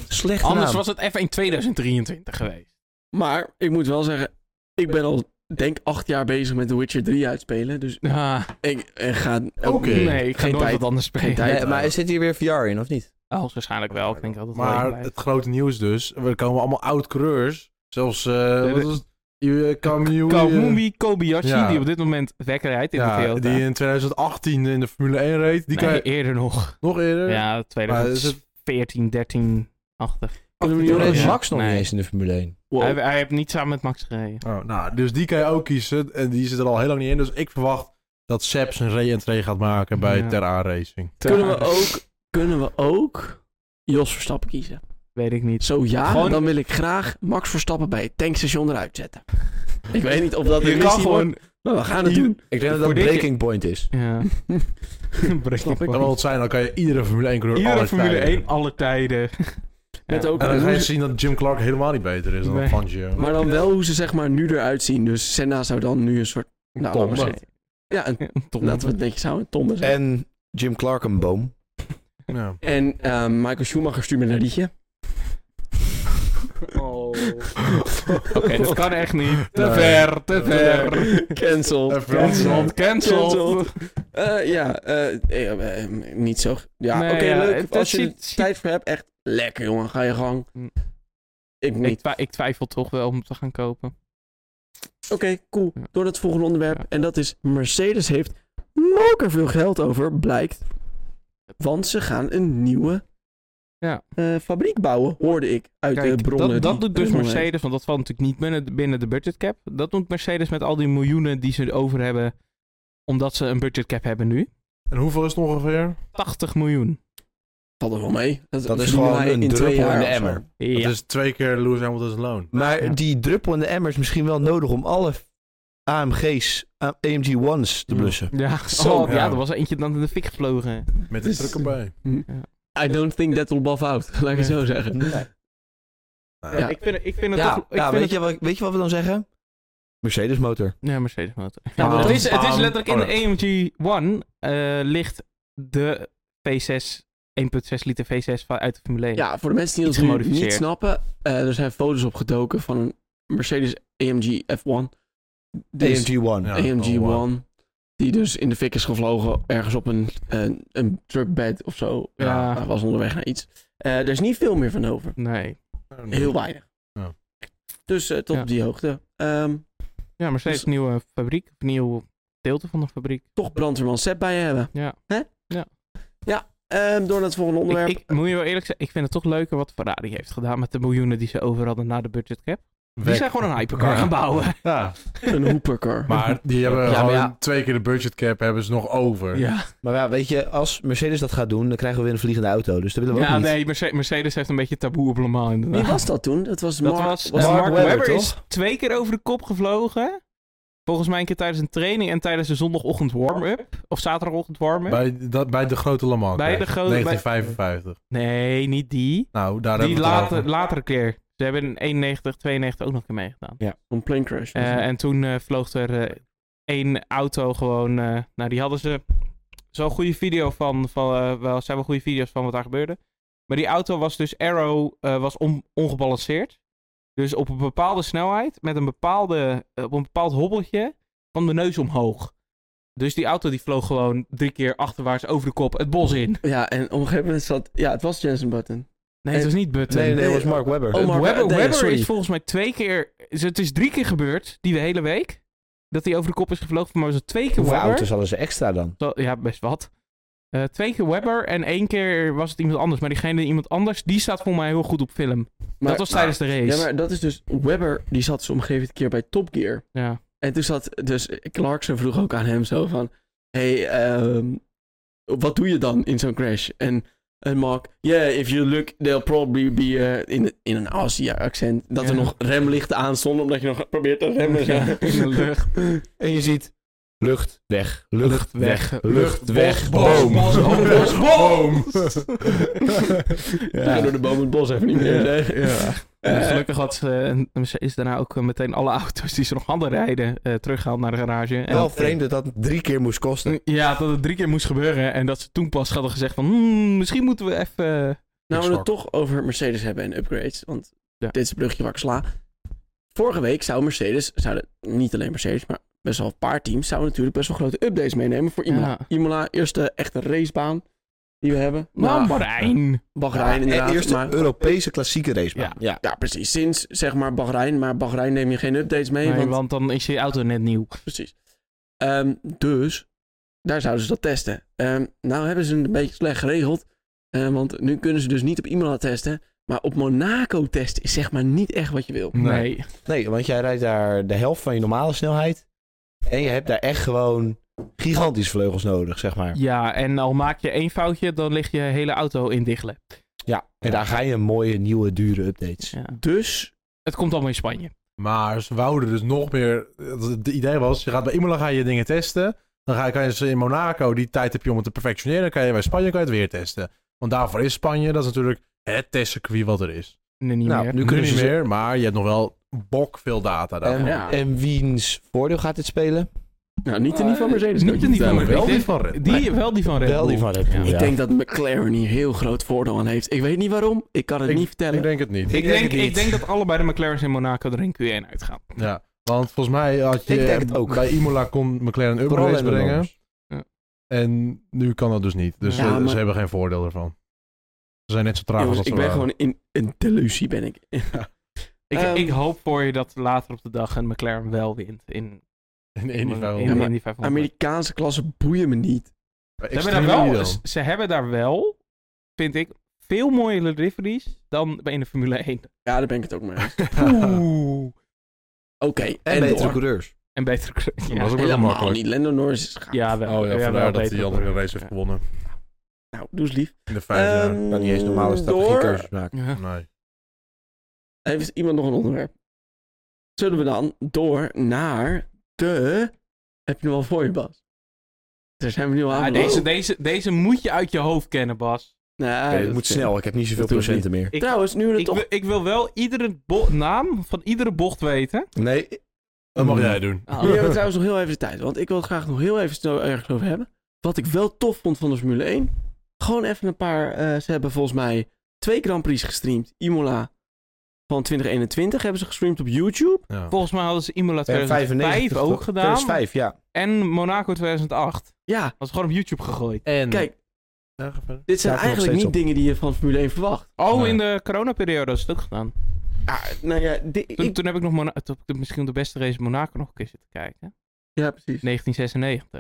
S4: slechte
S3: Anders
S4: naam?
S3: was het F1 2023 geweest.
S1: Maar ik moet wel zeggen, ik ben al denk acht jaar bezig met The Witcher 3 uitspelen. Dus
S3: Ah,
S1: ik, ik ga ook
S2: Oké.
S3: nee, ik ga
S1: Geen
S3: nooit
S1: tijd.
S3: wat anders spelen.
S1: Geen tijd.
S4: Nee, maar er zit hier weer VR in, of niet?
S3: Hoogstwaarschijnlijk wel. Ik denk altijd wel
S2: Maar
S3: blijft.
S2: het grote nieuws dus. Er komen allemaal oud-coureurs. Zelfs... eh wat
S3: de-
S2: was het? eh, Je- Kamui-
S3: Kamui Kobayashi,
S2: Ja.
S3: die op dit moment wekker rijdt in de
S2: Ja,
S3: Toyota.
S2: die in 2018 in de Formule 1 reed. Die
S3: Nee,
S2: kan je
S3: eerder nog.
S2: nog eerder.
S3: Ja,
S2: Maar is
S3: 2014, 13, 80.
S4: Toen
S3: Ja.
S4: is Max nog
S3: Nee.
S4: niet eens in de Formule 1.
S3: Hij, hij heeft niet samen met Max gereden.
S2: Oh, nou, dus die kan je ook kiezen. En die zit er al heel lang niet in. Dus ik verwacht dat Sepp zijn re-entree gaat maken bij
S3: Ja.
S2: Ter Terra Racing.
S1: Kunnen we ook, kunnen we ook Jos Verstappen kiezen?
S3: Weet ik niet.
S1: Zo ja,
S3: Gewoon-
S1: dan wil ik graag Max Verstappen bij het tankstation eruit zetten. Ik weet niet of dat
S3: Je
S1: een
S3: kan
S1: missie wordt,
S3: gewoon...
S1: maar we gaan het
S3: Je-
S1: doen.
S4: Ik denk dat
S3: Voor
S4: dat
S3: dit-
S4: Breaking Point is.
S3: Ja. Breaking
S1: Snap ik.
S2: Dat
S3: Point.
S2: wil het zijn, dan kan je iedere Formule 1 coureur
S3: Iedere
S2: alles
S3: Formule
S2: tijden.
S3: 1 alle tijden.
S1: Met ook
S2: En dan ga
S1: hoe
S2: je
S1: ze-
S2: zien dat Jim Clark helemaal niet beter is dan
S3: Nee.
S2: Fangio.
S1: maar dan wel hoe ze zeg maar nu eruit zien. Dus Senna zou dan nu een soort... Nou, laten we
S2: Tombe.
S1: zeggen- ja, een,
S3: Tom.
S1: laten we het netjes houden. Tombe zeggen.
S4: En Jim Clark een boom.
S2: Ja.
S3: Eh.
S1: En ehm, Michael Schumacher stuurt me een liedje.
S3: Oh. Oké, dat kan echt niet. Te
S2: Nee.
S3: ver, te ver.
S1: Cancelled.
S2: Even- Cancelled.
S3: Cancelled, cancelled.
S1: Eh, ja, eh, eh, eh, niet zo. Ja,
S3: Nee,
S1: oké,
S3: ja,
S1: leuk.
S3: het
S1: Als je
S3: ziet-
S1: er tijd voor hebt, echt lekker, jongen. Ga je gang.
S3: Hm.
S1: Ik
S3: Ik,
S1: niet.
S3: twi- ik twijfel toch wel om hem te gaan kopen.
S1: Oké, cool.
S3: Ja.
S1: Door het volgende onderwerp.
S3: Ja.
S1: En dat is Mercedes heeft moker veel geld over, blijkt. Want ze gaan een nieuwe
S3: Ja.
S1: eh, fabriek bouwen, hoorde ik uit
S3: Kijk,
S1: de bronnen.
S3: dat, dat
S1: die
S3: doet dus
S1: Red Bull heeft.
S3: Mercedes, want dat valt natuurlijk niet binnen, binnen de budgetcap. Dat doet Mercedes met al die miljoenen die ze over hebben, omdat ze een budgetcap hebben nu.
S2: En hoeveel is het ongeveer?
S3: 80 miljoen.
S1: Valt er wel mee.
S4: Dat is
S1: zien
S4: gewoon
S1: wij
S4: een
S1: in twee
S4: druppel
S1: jaar
S4: in de
S1: of zo.
S4: emmer.
S3: Ja.
S2: Dat is twee keer Lewis Hamilton's loon.
S4: Maar
S3: Ja.
S4: die druppel in de emmer is misschien wel nodig om alle AMG's, AMG-1's te
S2: Ja.
S4: blussen.
S3: ja.
S1: Zo,
S3: Oh, ja.
S2: ja.
S3: er was eentje dan in de fik gevlogen.
S2: Met de
S1: Dus-
S2: druk erbij.
S1: I don't think that will buff out, laat ik het zo zeggen.
S2: Nou,
S1: Ja.
S3: Ik, vind, ik vind het
S4: Ja,
S3: toch... Ik
S4: ja,
S3: vind
S4: weet, je wat, weet je wat we dan zeggen? Mercedes motor.
S3: Nee, Mercedes motor.
S1: Ja, maar
S3: het,
S1: dan-
S3: is, het is
S2: bam.
S3: letterlijk in
S2: Oh,
S3: de AMG One eh, ligt de V6, 1.6 liter V6 van- uit de Formule 1.
S1: Ja, voor de mensen die
S3: Iets
S1: ons nu
S3: gemodificeerd.
S1: niet snappen, eh, er zijn foto's opgedoken van een Mercedes AMG F1. Dus
S4: AMG-1.
S2: Ja.
S1: AMG
S2: oh, wow.
S1: 1, die dus in de fik is gevlogen ergens op een, een, een truckbed of zo.
S3: Ja.
S1: Hij was onderweg naar iets. Eh er is niet veel meer van over.
S3: Nee.
S1: Heel weinig.
S2: Ja.
S1: Dus eh, tot
S3: Ja.
S1: op die hoogte. Ehm,
S3: Ja, Mercedes
S1: Dus-
S3: nieuwe fabriek. Of nieuw deelte van de fabriek.
S1: toch brandweerman set bij je hebben.
S3: Ja.
S1: Hè?
S3: Ja.
S1: Ja, ehm, door naar het volgende
S3: Ik,
S1: onderwerp.
S3: ik moet je wel eerlijk zeggen, ik vind het toch leuker wat Ferrari heeft gedaan met de miljoenen die ze over hadden na de budgetcap. Die
S2: Weg.
S3: zijn gewoon een hypercar
S2: Ja.
S3: gaan bouwen.
S2: Ja,
S1: Een hoepercar.
S2: maar die hebben
S4: Ja, maar
S2: gewoon
S4: ja.
S2: twee keer de budget cap hebben ze nog over.
S3: Ja,
S4: Maar ja, weet je, als Mercedes dat gaat doen, dan krijgen we weer een vliegende auto. Dus dat willen we
S3: ja
S4: ook niet.
S3: nee, Merce- Mercedes heeft een beetje taboe op Le Mans inderdaad.
S1: Wie was dat toen? Dat was
S3: Dat
S1: Mark.
S3: was,
S4: was
S3: eh,
S4: Mark
S3: Mark,
S4: Webber,
S3: Webber, is
S4: toch?
S3: twee keer over de kop gevlogen. Volgens mij een keer tijdens een training en tijdens de zondagochtend warm-up. Of zaterdagochtend warm-up.
S2: Bij, dat, bij de grote Le Mans.
S3: Bij
S2: Cup,
S3: de grote- bij-
S2: 1955.
S3: Nee, niet die.
S2: Nou, daar
S3: die
S2: hebben we het
S3: later,
S2: over.
S3: latere keer. Ze hebben in 91, 92 ook nog een keer meegedaan.
S1: Een plane crash.
S3: Eh, en toen eh, vloog er eh, één auto gewoon... eh, nou, die hadden ze zo'n goede video van... van eh, wel, ze hebben goede video's van wat daar gebeurde. Maar die auto was dus... Arrow eh, was on- ongebalanceerd. Dus op een bepaalde snelheid... met een bepaalde... eh, op een bepaald hobbeltje... kwam de neus omhoog. Dus die auto die vloog gewoon drie keer achterwaarts over de kop het bos in.
S1: Ja, en op een gegeven moment zat... Ja, het was Jensen Button.
S3: Nee, het was niet Button.
S4: Nee, nee,
S1: Nee,
S4: dat was Mark Webber.
S1: Oh, Mark
S3: Webber,
S1: nee,
S3: Webber
S1: sorry.
S3: Eh, is volgens mij twee keer... dus Het is drie keer gebeurd, die hele week. Dat hij over de kop is gevlogen. Maar was het twee keer
S4: Hoeveel
S3: Webber.
S4: auto's hadden ze extra dan?
S3: Zo- Ja, best wat. Eh, twee keer Webber en één keer was het iemand anders. Maar diegene iemand anders, die staat voor mij heel goed op film.
S1: Maar-
S3: dat was tijdens de race.
S1: Ja, maar dat is dus... Webber, die zat zo omgeven een keer bij Top Gear.
S3: Ja.
S1: En toen zat dus Clarkson vroeg ook aan hem zo van... Hey, ehm, wat doe je dan in zo'n crash? En, en Mark, yeah, if you look, they'll probably be eh, in, in een Asia-accent. Dat er
S3: Ja.
S1: nog remlichten aan stonden, omdat je nog probeert te remmen.
S3: Ja,
S1: zo.
S3: in de lucht.
S4: En je ziet, lucht, weg, lucht, weg,
S3: weg,
S4: lucht, weg,
S2: bos,
S4: boom.
S2: bos, oh, bos, bos, Nou,
S1: Ga
S4: Ja.
S1: door de boom het bos even niet meer. zeg.
S3: En
S1: Eh,
S3: Dus gelukkig had ze, en ze is daarna ook eh, meteen alle auto's die ze nog hadden rijden eh teruggehaald naar de garage. En
S4: Wel vreemd dat dat drie keer moest kosten.
S3: Ja, dat het drie keer moest gebeuren. En dat ze toen pas hadden gezegd van... "Hmm, misschien moeten we even...
S1: Nou, we het
S2: Exact.
S1: toch over Mercedes hebben en upgrades. Want
S3: Ja.
S1: dit is het brugje waar ik sla. Vorige week zou Mercedes, zouden niet alleen Mercedes, maar best wel een paar teams, zouden natuurlijk best wel grote updates meenemen voor Imola.
S3: Ja.
S1: Imola, eerste echte racebaan die we hebben.
S3: Nou, eh,
S1: Nou,
S3: Bahrein.
S1: Bahrein inderdaad.
S4: Eerst
S1: maar-
S4: Europese klassieke racebaan.
S3: Ja.
S4: Ja.
S1: ja, precies. Sinds zeg maar Bahrein, maar Bahrein neem je geen updates mee.
S3: Nee,
S1: want,
S3: want dan is je auto net nieuw.
S1: Precies. Ehm, dus, daar zouden ze dat testen. Ehm, nou hebben ze het een beetje slecht geregeld. eh, want nu kunnen ze dus niet op Imola testen. Maar op Monaco testen is zeg maar niet echt wat je wil.
S3: Nee.
S4: Nee, want jij rijdt daar de helft van je normale snelheid. En je hebt daar echt gewoon gigantische vleugels nodig, zeg maar.
S3: Ja, en al maak je één foutje, dan ligt je hele auto in diggelen.
S4: Ja. En daar ga je mooie, nieuwe, dure updates.
S1: Dus,
S3: Het komt allemaal in Spanje.
S2: Maar ze wouden dus nog meer... Het idee was, je gaat bij Imola ga je dingen testen. Dan ga, kan je ze in Monaco, die tijd heb je om het te perfectioneren. Dan kan je bij Spanje kan je het weer testen. Want daarvoor is Spanje, dat is natuurlijk het testcircuit wat er is.
S3: Nee, niet
S4: Nou,
S3: meer.
S4: nu
S2: Nu
S4: kunnen
S2: niet
S4: ze...
S2: meer, maar je hebt nog wel bok veel data daar.
S4: En,
S1: Ja.
S4: en wiens voordeel gaat dit spelen?
S1: Nou, niet in die van Mercedes.
S3: Niet
S1: kan ik je
S3: in die van
S1: vertellen.
S2: wel
S3: ik denk-
S2: die van Red.
S3: Die, wel die van Red
S4: Wel die
S3: Bull.
S4: van Red Bull,
S3: Ja.
S1: Ik
S4: ja.
S1: denk dat McLaren hier heel groot voordeel aan heeft. Ik weet niet waarom. Ik kan het
S2: Ik-
S1: niet vertellen.
S2: Ik denk het niet.
S3: Ik,
S4: denk
S3: denk,
S4: het niet.
S3: ik denk dat allebei de McLaren's in Monaco er in Q1 uitgaan.
S2: Ja, want volgens mij had je
S4: Ik denk het ook.
S2: bij Imola kon McLaren een
S4: Vooral
S2: upgrade
S4: in de
S2: brengen.
S4: nummers.
S2: En nu kan dat dus niet. Dus
S3: Ja,
S2: eh,
S1: maar-
S2: ze hebben geen voordeel ervan. Ze zijn net zo traag als
S1: Jongens,
S2: dat
S1: ik
S2: ze
S1: ben
S2: waren.
S1: gewoon in een delusie ben ik.
S3: Ik,
S1: Ehm.
S3: ik hoop voor je dat later op de dag een McLaren wel wint in,
S2: In
S3: in,
S2: Indy
S3: in,
S2: wel.
S1: Ja, maar
S3: die 500.
S1: Amerikaanse klassen boeien me niet.
S2: Maar
S3: Ze hebben,
S2: extreem
S3: daar wel,
S2: Lidl.
S3: ze- ze hebben daar wel, vind ik, veel mooiere liveries dan bij in de Formule 1.
S1: Ja, daar ben ik het ook mee. eens.
S3: Oeh.
S1: Oké,
S4: En betere
S1: door.
S4: coureurs.
S3: En betere kleur.
S2: Dat was ook wel heel
S1: Helemaal
S2: makkelijk.
S1: niet. Lando Norris is gaaf.
S3: Ja, wel.
S2: Oh ja,
S3: wel
S2: vandaar dat
S3: betere
S2: hij andere
S3: kleur.
S2: race heeft gewonnen.
S1: Nou, doe eens lief.
S2: In de vijf jaar.
S1: Ehm,
S4: Kan Nou, niet eens normale
S1: door.
S4: strategiecursus maken.
S3: Ja.
S2: Nee.
S1: Heeft iemand nog een onderwerp? Zullen we dan door naar de... Heb je nog wel voor je, Bas? Daar zijn we nu al
S3: Ah,
S1: aan. Oh.
S3: deze, deze, deze moet je uit je hoofd kennen, Bas.
S1: Nee,
S4: Oké,
S1: dat
S4: het moet
S1: is-
S4: snel, ik heb niet zoveel
S1: dat doe ik
S4: procenten meer.
S3: Ik-
S1: Trouwens, nu we het
S3: Ik,
S1: toch...
S3: wil- ik wil wel iedere bo- naam van iedere bocht weten.
S4: Nee, eh,
S2: Dat mag jij doen.
S3: Ah.
S1: Jullie hebben trouwens nog heel even de tijd. Want ik wil het graag nog heel even snel ergens over hebben. Wat ik wel tof vond van de Formule 1. Gewoon even een paar... eh, ze hebben volgens mij twee Grand Prix gestreamd. Imola van 2021 hebben ze gestreamd op YouTube.
S2: Ja.
S3: Volgens mij hadden ze Imola
S4: en
S3: 2005
S4: 95
S3: ook
S4: toch?
S3: gedaan.
S4: 2005, ja.
S3: En Monaco 2008.
S1: Ja,
S3: Dat is gewoon op YouTube gegooid.
S2: En...
S1: kijk.
S2: Ja, ga verder.
S1: Dit zijn
S4: Hmm. Staat er nog
S1: eigenlijk
S4: steeds
S1: niet
S4: op.
S1: dingen die je van Formule 1 verwacht.
S3: Oh,
S2: Nee.
S3: in de coronaperiode is het ook gedaan.
S1: Ja, nou ja, di-
S3: Toen,
S1: ik...
S3: toen heb ik nog Mona- toen heb ik misschien de beste race Monaco nog een keer zitten kijken.
S1: Ja, precies.
S3: 1996.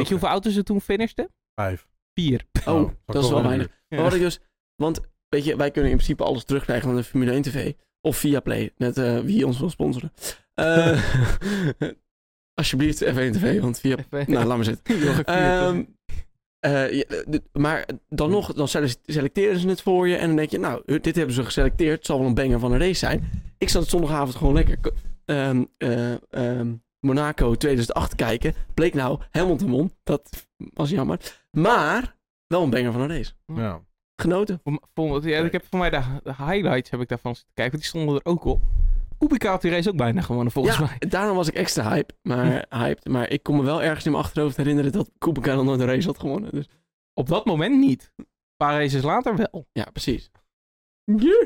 S2: Oké.
S3: je hoeveel auto's er toen finishten?
S2: Vijf.
S3: Vier.
S1: Oh,
S2: zal ik
S1: dat is
S2: wel
S1: wel weinig.
S2: doen.
S1: Maar wat ik dus... Want, weet je, wij kunnen in principe alles terugkrijgen van de Formule 1 TV. Of via Play, net eh, wie ons wil sponsoren. Eh, alsjeblieft, F1 TV, want via...
S3: Even-
S1: Nou, laat maar zitten.
S3: Nog een vier.
S1: Ehm, eh, ja, d- maar dan nog, dan sele- selecteren ze het voor je. En dan denk je, nou, dit hebben ze geselecteerd. Het zal wel een banger van een race zijn. Ik zat zondagavond gewoon lekker k- ehm, eh, ehm, Monaco 2008 kijken. Bleek nou Hamilton won. Dat was jammer. Maar wel een banger van een race.
S2: Ja.
S1: Genoten.
S3: Voor- voor- ja, ik heb voor mij de, de highlights heb ik daarvan zitten kijken. want Die stonden er ook op. Kubica had die race ook bijna gewonnen, volgens
S1: ja,
S3: mij.
S1: daarom was ik extra hype, maar, hyped. Maar ik kon me wel ergens in mijn achterhoofd herinneren dat Kubica nog nooit een race had gewonnen. Dus,
S3: Op dat moment niet. Een paar races later wel.
S1: ja, precies.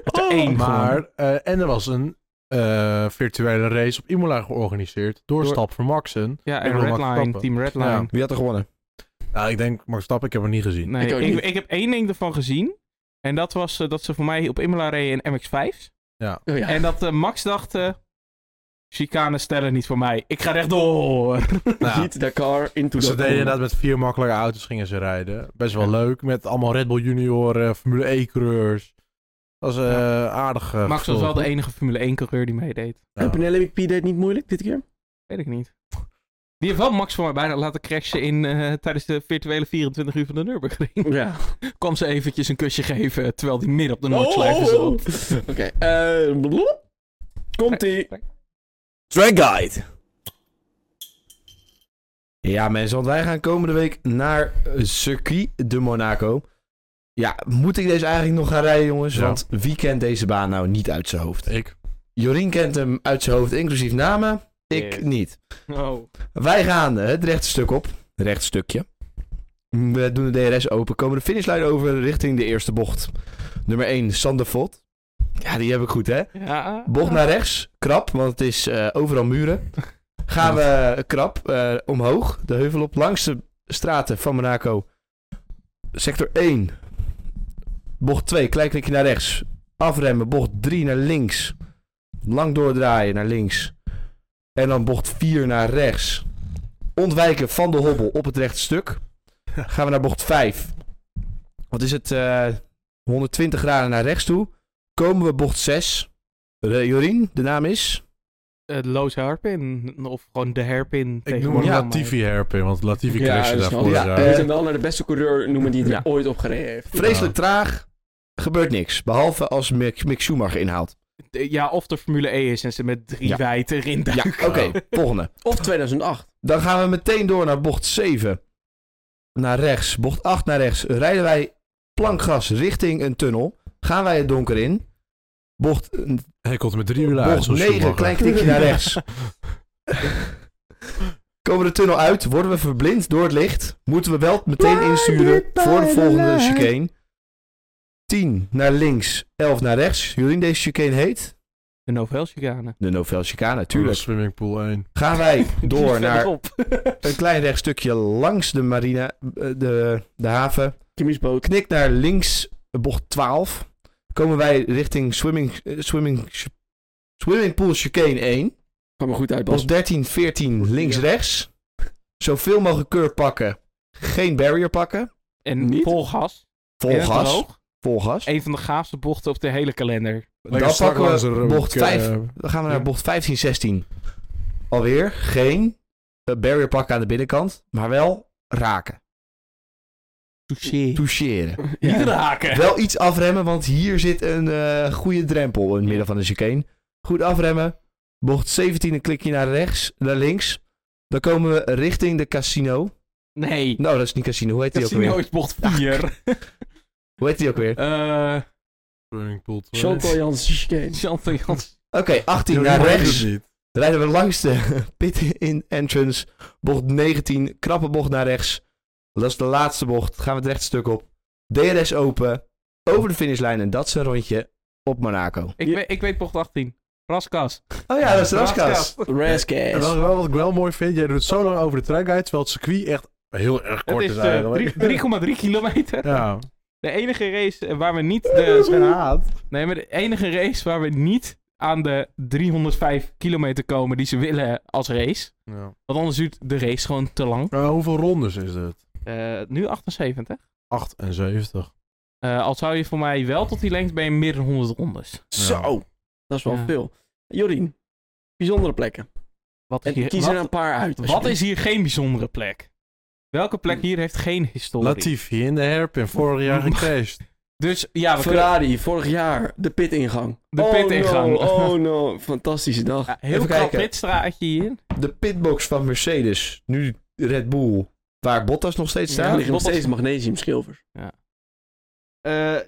S3: er één.
S2: Maar, eh, en er was een eh, virtuele race op Imola georganiseerd door,
S3: Door-
S2: Stap voor Maxen.
S3: Ja,
S2: Ik
S3: en
S2: wil Max
S3: Redline,
S2: Verstappen.
S3: Team Redline.
S4: Wie had er gewonnen?
S2: Nou, ik denk, Max Stap, ik heb hem niet gezien.
S3: Nee,
S1: Ik ook
S3: ik, ik,
S1: niet.
S3: heb één ding ervan gezien. En dat was eh, dat ze voor mij op Imola reden in MX-5's.
S1: Oh ja.
S3: En dat eh, Max dacht... eh Chicane stellen niet voor mij. Ik ga rechtdoor.
S2: Nou,
S1: Ziet de car into
S2: ze
S1: the
S2: deden inderdaad met vier makkelijke auto's gingen ze rijden. Best wel leuk. Met allemaal Red Bull junioren, Formule E-coureurs. Dat was eh, aardig. eh,
S3: Max was
S2: gevoel.
S3: wel de enige Formule 1-coureur die meedeed.
S1: En Penelope P deed het niet moeilijk dit keer?
S3: Weet ik niet. Die heeft wel Max voor mij bijna laten crashen in, eh, tijdens de virtuele 24 uur van de Nürburgring.
S1: Ja.
S3: kwam ze eventjes een kusje geven terwijl die midden op de Noordslijven zat.
S2: Oh,
S1: Oké. eh, blop. Komt-ie.
S4: Track Guide. Ja mensen, want wij gaan komende week naar eh, Circuit de Monaco. Ja, moet ik deze eigenlijk nog gaan rijden jongens?
S2: Ja.
S4: Want wie kent deze baan nou niet uit zijn hoofd?
S2: Ik.
S4: Jorien kent hem uit zijn hoofd, inclusief namen. Ik
S3: Yes.
S4: niet.
S3: Oh.
S4: Wij gaan eh, het rechte stuk op. Recht stukje. We doen de DRS open. Komen de finishlijn over richting de eerste bocht. Nummer 1, Sander Vod. Ja, die heb ik goed, hè?
S3: Ja.
S4: Bocht naar rechts, krap, want het is eh, overal muren. Gaan we krap eh, omhoog, de heuvel op, langs de straten van Monaco. Sector 1. Bocht 2, klein knikje naar rechts. Afremmen, bocht 3 naar links. Lang doordraaien naar links. En dan bocht 4 naar rechts. Ontwijken van de hobbel op het rechte stuk. Gaan we naar bocht 5. Wat is het? eh, 120 graden naar rechts toe. Komen we bocht 6. Re- Jorien, de naam is?
S3: Het Loos Herpin. Of gewoon de Herpin.
S2: Ik noem hem
S4: Ja.
S2: Latifi herpin, want Latifi
S1: Ja,
S2: crashte
S1: dat is
S2: daar vorig
S4: wel-
S2: jaar.
S1: We
S4: Eh,
S1: moeten hem wel naar de beste coureur noemen die er
S4: Ja.
S1: ooit op gereden heeft.
S4: Vreselijk traag. Gebeurt niks. Behalve als Mick, Mick Schumacher inhaalt.
S3: Ja, of de Formule E is en ze met drie
S4: Ja.
S3: wijten erin
S4: Ja,
S3: duiken.
S4: oké. Volgende.
S1: Of 2008.
S4: Dan gaan we meteen door naar bocht 7. Naar rechts. Bocht 8 naar rechts. Rijden wij plankgas richting een tunnel. Gaan wij het donker in. Bocht,
S2: Hij komt er met drie uur uit.
S4: bocht
S2: zo'n
S4: 9,
S2: Schumacher.
S4: klein knikje naar rechts. Komen we de tunnel uit, worden we verblind door het licht. Moeten we wel meteen insturen voor de volgende chicane. 10 naar links, 11 naar rechts. Jullie, deze chicane heet?
S3: De Novelchicane.
S4: De Novel Chicane,
S2: Tuurlijk.
S4: natuurlijk.
S2: Swimmingpool 1.
S4: Gaan wij door naar
S3: Verderop.
S4: een klein rechtstukje langs de marina, eh, de, de haven.
S1: Kimmy's boot.
S4: Knik naar links, bocht 12. Komen wij richting swimming, eh, swimming, swimmingpool chicane 1.
S1: Gaan we goed uit, Bas.
S4: Pas 13, 14 links-rechts. Zoveel mogelijk keur pakken. Geen barrier pakken.
S3: En
S1: Niet?
S3: vol gas. In
S4: Vol
S3: het
S4: gas.
S3: droog.
S4: Vol gas.
S3: Een van de gaafste bochten op de hele kalender.
S4: Dan pakken we bocht
S2: eh,
S4: 5.
S2: vijf.
S4: Dan gaan we naar
S3: Ja.
S4: bocht 15, 16. Alweer geen eh, barrier pakken aan de binnenkant. Maar wel raken.
S3: Touché.
S4: Toucheren.
S1: Ja.
S3: Niet raken.
S4: Wel iets afremmen, want hier zit een eh, goede drempel in het midden van de chicane. Goed afremmen. Bocht 17 een klikje naar rechts, naar links. Dan komen we richting de casino.
S3: Nee.
S4: Nou, dat is niet casino. Hoe heet die ook
S3: Casino
S4: weer?
S3: is bocht 4.
S4: Hoe heet die ook weer?
S3: Eh
S2: Swimmingpool 2.
S1: Chantal Janssen chicane.
S3: Chantal Jans.
S4: Oké, 18
S2: Ja,
S4: naar
S2: dat
S4: rechts.
S2: doet niet.
S4: Rijden we langs de pit in entrance. Bocht 19, krappe bocht naar rechts. Dat is de laatste bocht. Gaan we het rechtstuk op. DRS open. Over de finishlijn. En dat is een rondje op Monaco.
S3: Ik, weet, ik weet bocht 18. Raskas.
S4: Oh ja, dat is Raskas.
S2: En
S1: Rascas.
S2: wat, wel- wat ik wel mooi vind, jij doet zo lang over de track uit, terwijl het circuit echt heel erg
S3: Het
S2: kort is,
S3: is eh,
S2: eigenlijk.
S3: drie- 3,3 kilometer.
S2: Ja.
S3: De enige race eh, waar we niet de... Nee, maar de enige race waar we niet aan de 305 kilometer komen die ze willen als race.
S2: Ja.
S3: Want anders duurt de race gewoon te lang.
S2: Maar hoeveel rondes is het?
S3: Eh, nu 78.
S2: 78.
S3: Eh, al zou je voor mij wel tot die lengte ben je meer dan 100 rondes.
S1: Zo. Dat is wel
S3: Ja.
S1: veel. Jorien, bijzondere plekken.
S3: Wat is
S1: En
S3: hier,
S1: kies er een
S3: wat,
S1: paar uit.
S3: wat is hier geen bijzondere plek? Welke plek hier heeft geen historie?
S2: Latifi in de herpin, vorig jaar gecrashed.
S3: Dus ja, we kunnen
S1: Ferrari, vorig jaar, de pitingang.
S3: de pit ingaan.
S1: No, oh no, fantastische dag.
S3: Ja,
S4: Even
S3: heel krap
S4: kijken.
S3: pitstraatje hier.
S4: De pitbox van Mercedes. Nu Red Bull. Waar Bottas nog steeds
S1: Daar
S4: staat.
S1: liggen nog
S3: Bottas-
S1: steeds magnesiumschilvers.
S3: Eh,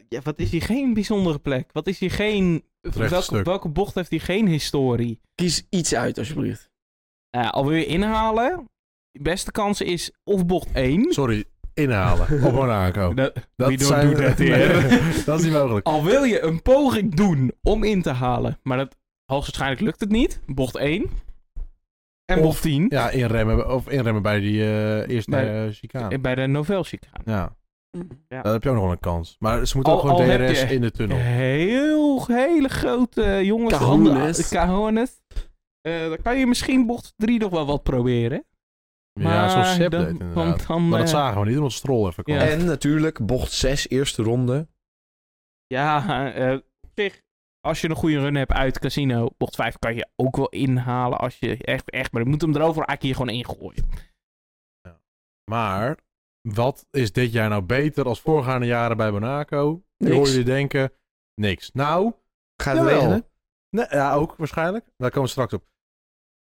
S3: ja, wat is hier geen bijzondere plek? Wat is hier geen... Welke,
S2: rechtstuk.
S3: welke bocht heeft hier geen historie?
S1: Kies iets uit, alsjeblieft.
S3: Eh alweer inhalen. De beste kans is of bocht 1.
S2: Sorry, inhalen op Monaco.
S3: dat we don't
S2: zijn-
S3: do that here.
S2: Nee, dat is niet mogelijk.
S3: Al wil je een poging doen om in te halen, maar dat, hoogstwaarschijnlijk lukt het niet. Bocht 1. En
S2: Of-
S3: bocht 10.
S2: Ja, inremmen, of inremmen bij die eh, eerste
S3: Bij-
S2: eh, chicane.
S3: Bij de Novel chicane.
S2: Ja,
S1: Mm.
S3: Ja.
S2: dan heb je ook nog wel een kans. Maar ze moeten
S3: Al-
S2: ook gewoon
S3: al heb
S2: DRS
S3: je-
S2: in de tunnel.
S3: Heel, hele grote eh, jongens.
S1: Cajones.
S3: Andere- Cajones. Eh, dan kan je misschien bocht 3 nog wel wat proberen. Maar
S2: ja, zoals Sepp
S3: dan-
S2: deed inderdaad.
S3: want dan,
S2: maar dat
S3: eh,
S2: zagen we niet, omdat Stroll even kwam.
S3: Ja.
S4: En natuurlijk bocht 6, eerste ronde.
S3: Ja, eh, op zich, als je een goede run hebt uit Casino, bocht 5 kan je ook wel inhalen als je echt, echt, maar je moet hem erover eigenlijk hier gewoon ingooien.
S2: Maar, wat is dit jaar nou beter als voorgaande jaren bij Monaco? Nu
S1: Niks.
S2: hoor jullie denken, niks. Nou,
S4: Gaat het
S2: Jawel.
S4: regenen?
S2: Nee, ja, ook waarschijnlijk. Daar komen we straks op.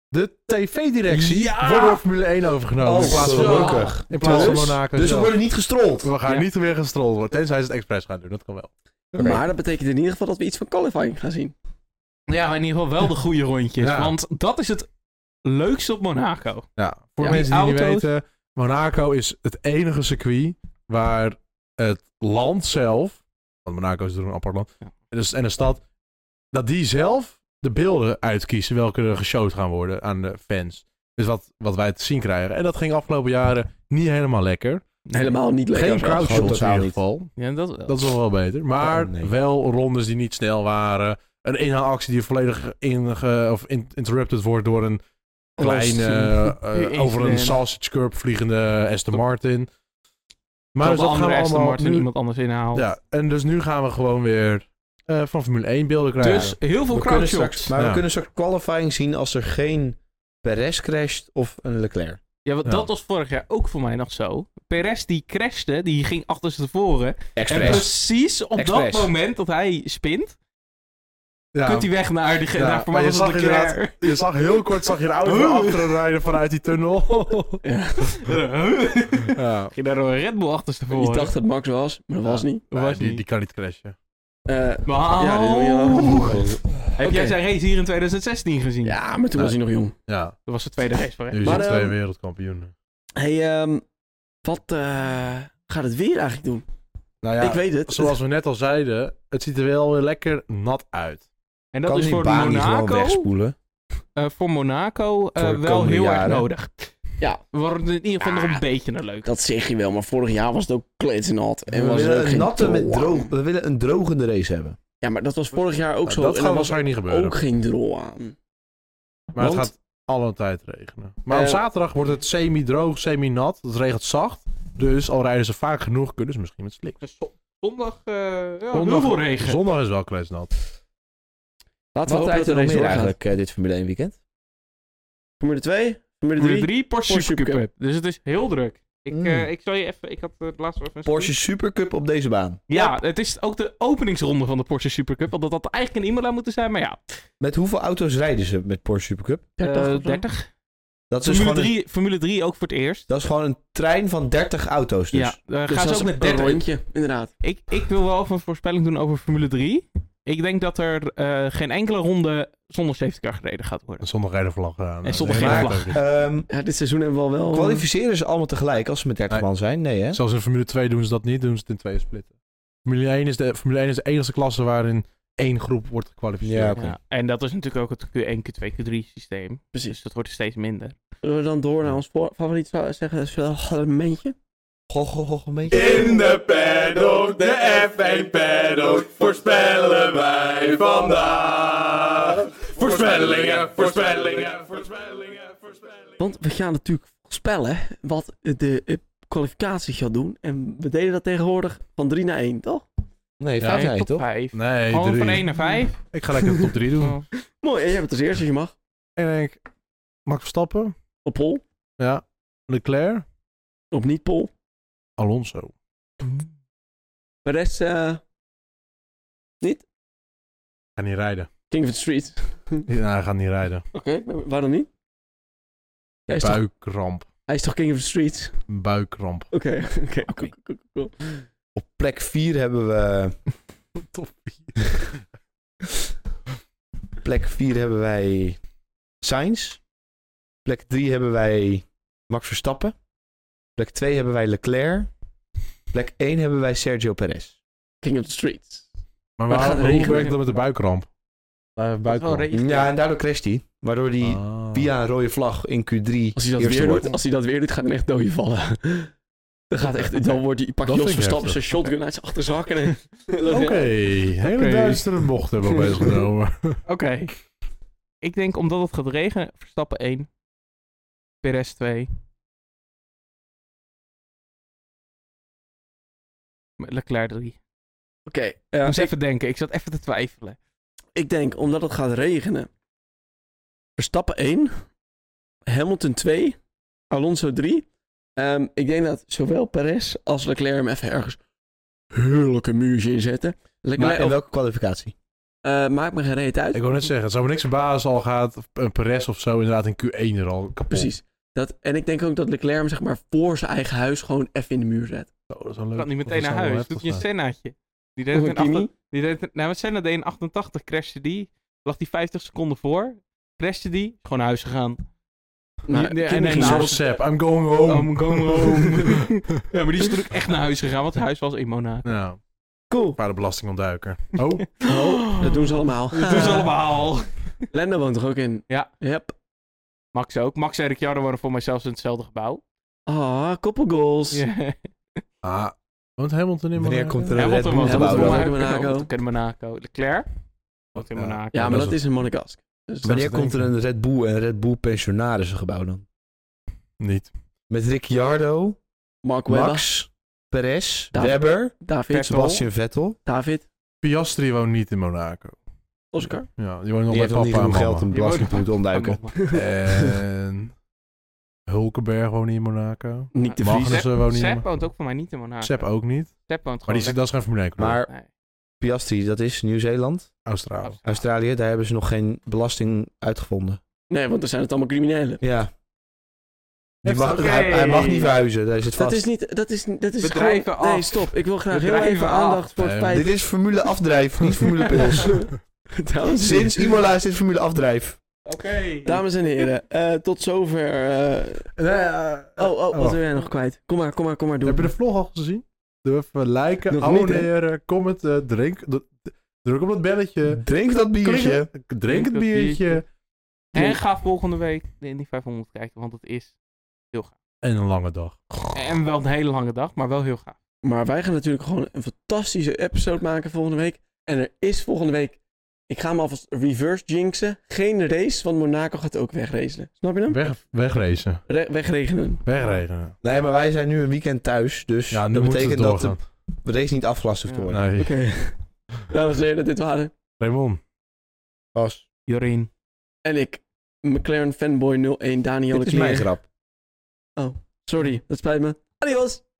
S2: De tv-directie
S3: Ja!
S2: wordt door Formule 1 overgenomen.
S4: Oh,
S2: in plaats van,
S4: zo.
S2: Monaco-
S4: gelukkig.
S2: in plaats van
S4: Dus-
S2: Monaco.
S4: Dus we
S2: zelf.
S4: worden niet gestrold.
S2: we gaan
S3: Ja.
S2: niet weer gestrold worden. Tenzij ze het expres gaan doen, dat kan wel.
S4: Oké.
S1: Maar dat betekent in ieder geval dat we iets van qualifying gaan zien.
S3: Ja, maar in ieder geval wel de goede rondjes,
S2: Ja.
S3: want dat is het leukste op Monaco.
S2: Ja, voor
S3: Ja,
S2: mensen die
S3: die
S2: niet
S3: auto's.
S2: weten, Monaco is het enige circuit waar het land zelf, want Monaco is natuurlijk een apart land,
S3: Ja.
S2: dus, en de stad, dat die zelf de beelden uitkiezen welke er geshowd gaan worden aan de fans. Dus wat, wat wij te zien krijgen. En dat ging afgelopen jaren niet helemaal lekker.
S1: Helemaal niet lekker.
S2: Geen
S1: zelfs.
S4: crowdshow.
S2: crowdshots in
S4: totaal
S2: ieder
S4: niet.
S2: geval.
S3: Ja, dat wel.
S2: Dat is wel wel beter. Maar
S4: Oh, nee.
S2: wel rondes die niet snel waren. Een inhaalactie die volledig inge- of in- interrupted wordt door een kleine, eh,
S3: Incident.
S2: over een sausage curb vliegende Aston Martin. Maar dus
S3: de
S2: dat gaan
S3: andere
S2: we
S3: Aston
S2: allemaal...
S3: Martin
S2: nu-
S3: iemand anders inhalen.
S2: ja, en dus nu gaan we gewoon weer eh, van Formule 1 beelden krijgen.
S3: Dus heel veel
S4: We kunnen straks,
S3: crowdshots.
S4: maar we
S2: Ja.
S4: kunnen straks qualifying zien als er geen Perez crasht of een Leclerc.
S3: Ja, want
S2: Ja.
S3: dat was vorig jaar ook voor mij nog zo. Perez die crashte, die ging achter tevoren. En
S4: Express.
S3: precies op
S4: Express.
S3: dat moment dat hij spint,
S2: Ja,
S3: Kunt hij weg naar,
S2: Ja,
S3: die, naar
S2: maar je
S3: Fernando
S2: zag inderdaad-
S3: Leclerc?
S2: Je zag heel kort zag je de auto naar achteren rijden vanuit die tunnel. ja,
S3: Ging daar door een Red Bull achterstevoren?
S1: Ik dacht dat Max was, maar dat was niet.
S3: Was
S2: nee, die,
S3: niet.
S2: die kan niet crashen.
S1: Eh,
S3: Wauw.
S1: Ja, dit wil je
S3: Oh. Heb jij
S1: Oké.
S3: zijn race hier in 2016 gezien?
S1: ja, maar toen was hij nog jong.
S2: Ja,
S3: Dat was de tweede race van Red
S4: Dus
S2: nu
S3: Bull.
S1: Maar,
S2: zijn twee
S1: ehm,
S2: wereldkampioenen.
S1: hey, ehm, wat eh, gaat het weer eigenlijk doen?
S2: Nou ja,
S1: ik weet het.
S2: zoals we net al zeiden, het ziet er wel weer lekker nat uit.
S3: En dat
S4: Kan
S3: is
S4: die
S3: voor
S4: baan niet gewoon
S3: Monaco,
S4: wegspoelen?
S3: eh, voor Monaco eh,
S4: Voor de
S3: wel
S4: komende
S3: heel erg
S4: jaren.
S3: nodig.
S1: Ja.
S3: We worden in ieder geval nog
S1: Ah.
S3: een beetje naar leuk.
S1: Dat zeg je wel, maar vorig jaar was het ook kletsnat. En
S4: we
S1: was het ook
S4: willen een
S1: geen
S4: natte met
S1: drol
S4: droog.
S1: aan.
S4: We willen een drogende race hebben.
S1: Ja, maar dat was vorig jaar ook
S2: Nou,
S1: zo.
S2: dat
S1: en
S2: gaat
S1: er was
S2: waarschijnlijk niet gebeuren.
S1: ook geen drol aan.
S2: maar het
S1: want-
S2: gaat alle tijd regenen. Maar op
S1: Eh,
S2: zaterdag wordt het semi-droog, semi-nat. Het regent zacht. Dus al rijden ze vaak genoeg, kunnen ze misschien met slik.
S3: Dus Zondag, eh ja,
S2: Zondag-
S3: heel veel regen.
S2: Zondag is wel kletsnat.
S1: Laten we
S4: Wat
S1: hopen dat
S4: rijdt
S1: er
S4: er
S1: deze
S4: nog meer
S1: doorgaat.
S4: eigenlijk eh, dit Formule 1 weekend?
S1: Formule 2, Formule 3.
S3: Formule 3, Porsche,
S1: Porsche
S3: Super Cup.
S1: Cup.
S3: Dus het is heel druk. Ik,
S4: Mm.
S3: eh, ik zal je even... Ik had eh, het laatst wel even... een
S4: Porsche Supercup op deze baan.
S3: stuk- Ja, het is ook de openingsronde van de Porsche Super Cup. Want dat had eigenlijk in Imola moeten zijn, maar ja.
S4: Met hoeveel auto's rijden ze met Porsche Supercup?
S3: eh,
S1: 30.
S3: 30.
S4: Dat is, dus
S3: Formule
S4: gewoon een,
S3: 3, Formule 3 ook voor het eerst.
S4: dat is gewoon een trein van 30 auto's dus.
S3: Ja, eh,
S1: Dus
S3: gaan ze
S1: dat
S3: ook
S1: is
S3: met
S1: een
S3: 30.
S1: rondje, inderdaad.
S3: Ik, ik wil wel even een voorspelling doen over Formule 3. Ik denk dat er eh, geen enkele ronde zonder safety car gereden gaat worden.
S2: En zondag rijden vlaggen aan.
S3: En zondag
S2: Nee,
S4: geen
S2: dat
S3: vlag.
S2: ook niet.
S4: Ehm,
S1: Ja, dit seizoen hebben we al wel... eh,
S4: kwalificeren ze allemaal tegelijk als ze met 30
S2: Nee.
S4: man zijn? Nee hè?
S2: Zelfs in Formule 2 doen ze dat niet, doen ze het in tweeën splitten. Formule 1 is de, Formule 1 is de enige klasse waarin één groep wordt gekwalificeerd.
S4: Ja,
S2: Ja,
S4: oké.
S3: Ja, en dat is natuurlijk ook het Q1, Q2, Q3 systeem.
S1: Precies.
S3: Dus dat wordt steeds minder.
S1: Zullen we dan door naar ons voor- favoriet zou- zeggen, segmentje?
S4: Goh, goh, goh, een beetje.
S5: In de paddock, de F1 paddock, voorspellen wij vandaag. Voorspellingen, voorspellingen, voorspellingen, voorspellingen.
S1: Want we gaan natuurlijk voorspellen wat de eh, kwalificatie gaat doen. En we deden dat tegenwoordig van 3 naar 1, toch?
S4: Nee,
S2: Ja,
S4: gaat
S3: Nee,
S4: hij
S3: top
S4: toch?
S3: vijf.
S2: Nee,
S3: Gewoon
S2: drie.
S3: van 1 naar 5.
S2: Ik ga lekker de top 3 doen.
S1: Mooi, en jij hebt het als eerste als je mag.
S2: En ik denk, Max Verstappen,
S1: Op pol,
S2: ja. Leclerc,
S1: op niet pol.
S2: Alonso.
S1: Perez, eh
S2: Gaan niet rijden.
S1: King of the Street.
S2: Ja, hij gaat niet rijden.
S1: Oké, waarom niet? Hij is, toch,
S2: Buikkramp.
S1: hij is toch King of the Street?
S2: Buikkramp.
S1: Oké, oké, cool, cool, cool, cool.
S4: Op plek 4 hebben we...
S2: Top
S4: Plek 4 hebben wij Sainz. Plek 3 hebben wij Max Verstappen. Plek 2 hebben wij Leclerc. Plek 1 hebben wij Sergio Perez.
S1: King of the Street.
S2: Maar
S1: Maar het gaat
S2: waarom, hoe
S1: regenen.
S2: werkt dat met de buikkramp? Hij heeft
S3: wel
S2: buikkramp.
S3: re-
S4: Ja, Oh. en daardoor crasht hij. Waardoor hij
S2: Ah.
S4: via een rode vlag in Q3
S1: Als hij dat,
S4: eerste
S1: weer
S4: wordt.
S1: doet, als hij dat weer doet, gaat hij echt dode vallen. Dan, gaat echt, dan wordt hij, pakt
S2: Dat
S1: Jos
S2: vind ik
S1: Verstappen zijn
S2: heftig.
S1: shotgun uit zijn achterzak en...
S2: Oké, hele
S3: Oké.
S2: duistere bocht hebben we opeens genomen.
S3: Oké. Ik denk omdat het gaat regenen, Verstappen 1. Perez 2. Leclerc 3.
S1: Oké,
S3: Ik
S1: eh,
S3: moest even denken, ik zat even te twijfelen.
S1: Ik denk, omdat het gaat regenen. Verstappen 1. Hamilton 2. Alonso 3. Ehm, ik denk dat zowel Perez als Leclerc hem even ergens heerlijke muurtje inzetten.
S4: Maar
S1: Leclerc,
S4: in
S1: of,
S4: welke kwalificatie?
S1: eh, maakt me geen reet uit.
S2: Ik wou net zeggen, het zou me niks verbazen al gaat een Perez of zo inderdaad in Q1 er al kapot.
S1: Precies. Dat, en ik denk ook dat Leclerc hem zeg maar voor zijn eigen huis gewoon even in de muur zet.
S2: Zo, Oh, dat is wel leuk.
S3: Kan niet
S2: Dat
S3: meteen naar
S2: zou wel
S3: huis,
S2: heftig
S3: doet je een
S2: zijn.
S3: Sennaatje. Die deed
S1: Of
S3: het
S1: een
S3: in achter-
S1: Kimi.
S3: Die deed het, nou, wat Senna deed in 88, crashte die. Lag die 50 seconden voor. Crashte die, is gewoon naar huis gegaan.
S1: Maar
S3: Nee, nee,
S1: Kimi
S3: nee,
S1: ging
S3: nee,
S1: zo-
S3: nee.
S2: Zoals Sepp, I'm going home.
S3: I'm going home. Ja, maar die is natuurlijk echt naar huis gegaan, want het huis was in Monaco.
S2: Nou,
S1: Cool.
S2: waar de belastingontduiker. Oh,
S1: Dat doen ze allemaal.
S3: Dat doen ze allemaal.
S1: Lendo woont er ook in.
S3: Ja.
S1: Yep.
S3: Max ook. Max en Ricciardo worden voor mij zelfs in hetzelfde gebouw.
S1: Ah, koppelgoals.
S3: Ja.
S2: ah, woont Hamilton in
S4: Wanneer
S2: Monaco?
S4: komt er een Red
S3: Hamilton
S4: Bull
S3: woont in
S1: Hamilton
S4: gebouw?
S1: woont-
S3: Monaco.
S1: Monaco.
S3: Hamilton in Monaco. Leclerc woont in
S2: Ja.
S3: Monaco.
S1: Ja, maar dat is een Monegask. Dus dat-
S4: Wanneer
S2: te
S4: komt er
S2: denken.
S4: een Red Bull en Red Bull pensionarissengebouw dan?
S2: Niet.
S4: Met Ricciardo,
S1: Mark Webber,
S4: Max, Perez,
S1: David.
S4: Webber,
S1: David,
S4: Sebastian Vettel.
S1: David,
S2: Piastri woont niet in Monaco.
S1: Oscar.
S2: Ja, die woont nog
S4: Die
S2: bij
S4: heeft
S2: papa
S4: nog niet
S2: en
S4: genoeg
S2: mama.
S4: geld om
S3: Die woont-
S4: belasting te moeten ontduiken. eh,
S2: En Hulkenberg woont niet in Monaco.
S1: Nick de
S3: Mag
S1: Vries.
S2: Magnussen woont niet in
S3: Sepp
S2: Monaco.
S3: woont ook voor mij niet in Monaco.
S2: Sepp ook niet.
S3: Sepp woont
S2: Maar
S3: gewoon
S2: die, is- dat is geen Formule 1 coureur.
S4: Maar
S3: lekker- Nee.
S4: Piastri, dat is Nieuw-Zeeland.
S2: Australië.
S4: Australië, daar hebben ze nog geen belasting uitgevonden.
S1: Nee, want dan zijn het allemaal criminelen.
S4: Ja. Die
S2: Heeft-
S4: mag,
S2: oké.
S4: hij, hij mag niet verhuizen, daar zit vast.
S1: Dat is niet... Dat is, dat is
S3: Bedrijven
S1: gewoon- Nee,
S3: af.
S1: stop. Ik wil graag heel
S3: Bedrijven
S1: even
S3: af.
S1: aandacht voor het
S2: Nee,
S1: feit...
S4: Dit is formule afdrijf, niet formule pils.
S1: Dames en heren-
S4: Sinds Imola is dit formule afdrijf.
S3: Oké.
S1: Dames en heren, eh, tot zover... eh, oh, oh, wat wil jij nog kwijt? Kom maar, kom maar, kom maar, doe
S2: eh, Heb je de
S1: het.
S2: vlog al gezien? Doe even liken,
S1: Nog niet, hè?
S2: abonneren, comment, eh, drink. d- Druk op dat belletje.
S4: Drink dat biertje.
S2: Drink, drink het
S3: dat
S2: biertje.
S3: En ga volgende week de Indy 500 kijken, want het is heel gaaf.
S2: En een lange dag.
S3: En wel een hele lange dag, maar wel heel gaaf.
S1: Maar wij gaan natuurlijk gewoon een fantastische episode maken volgende week. En er is volgende week... Ik ga hem alvast reverse jinxen. Geen race, want Monaco gaat ook wegracen. Snap je hem?
S2: Weg, wegrezen.
S1: Re- wegregenen.
S2: Wegregenen.
S4: Nee, maar wij zijn nu een weekend thuis, dus
S2: Ja, nu
S4: dat
S2: moet het
S4: betekent dat de
S2: doorgaan.
S4: race niet afgelast hoeft te
S3: Ja.
S4: worden.
S2: Nee.
S1: Oké. Dames en heren, dit waren...
S2: Raymond.
S4: Bas,
S3: Jorien.
S1: En ik, McLaren fanboy 01, Daniel
S4: dit
S1: de
S4: is mijn
S1: Kleer.
S4: grap.
S1: Sorry, dat spijt me. Adios!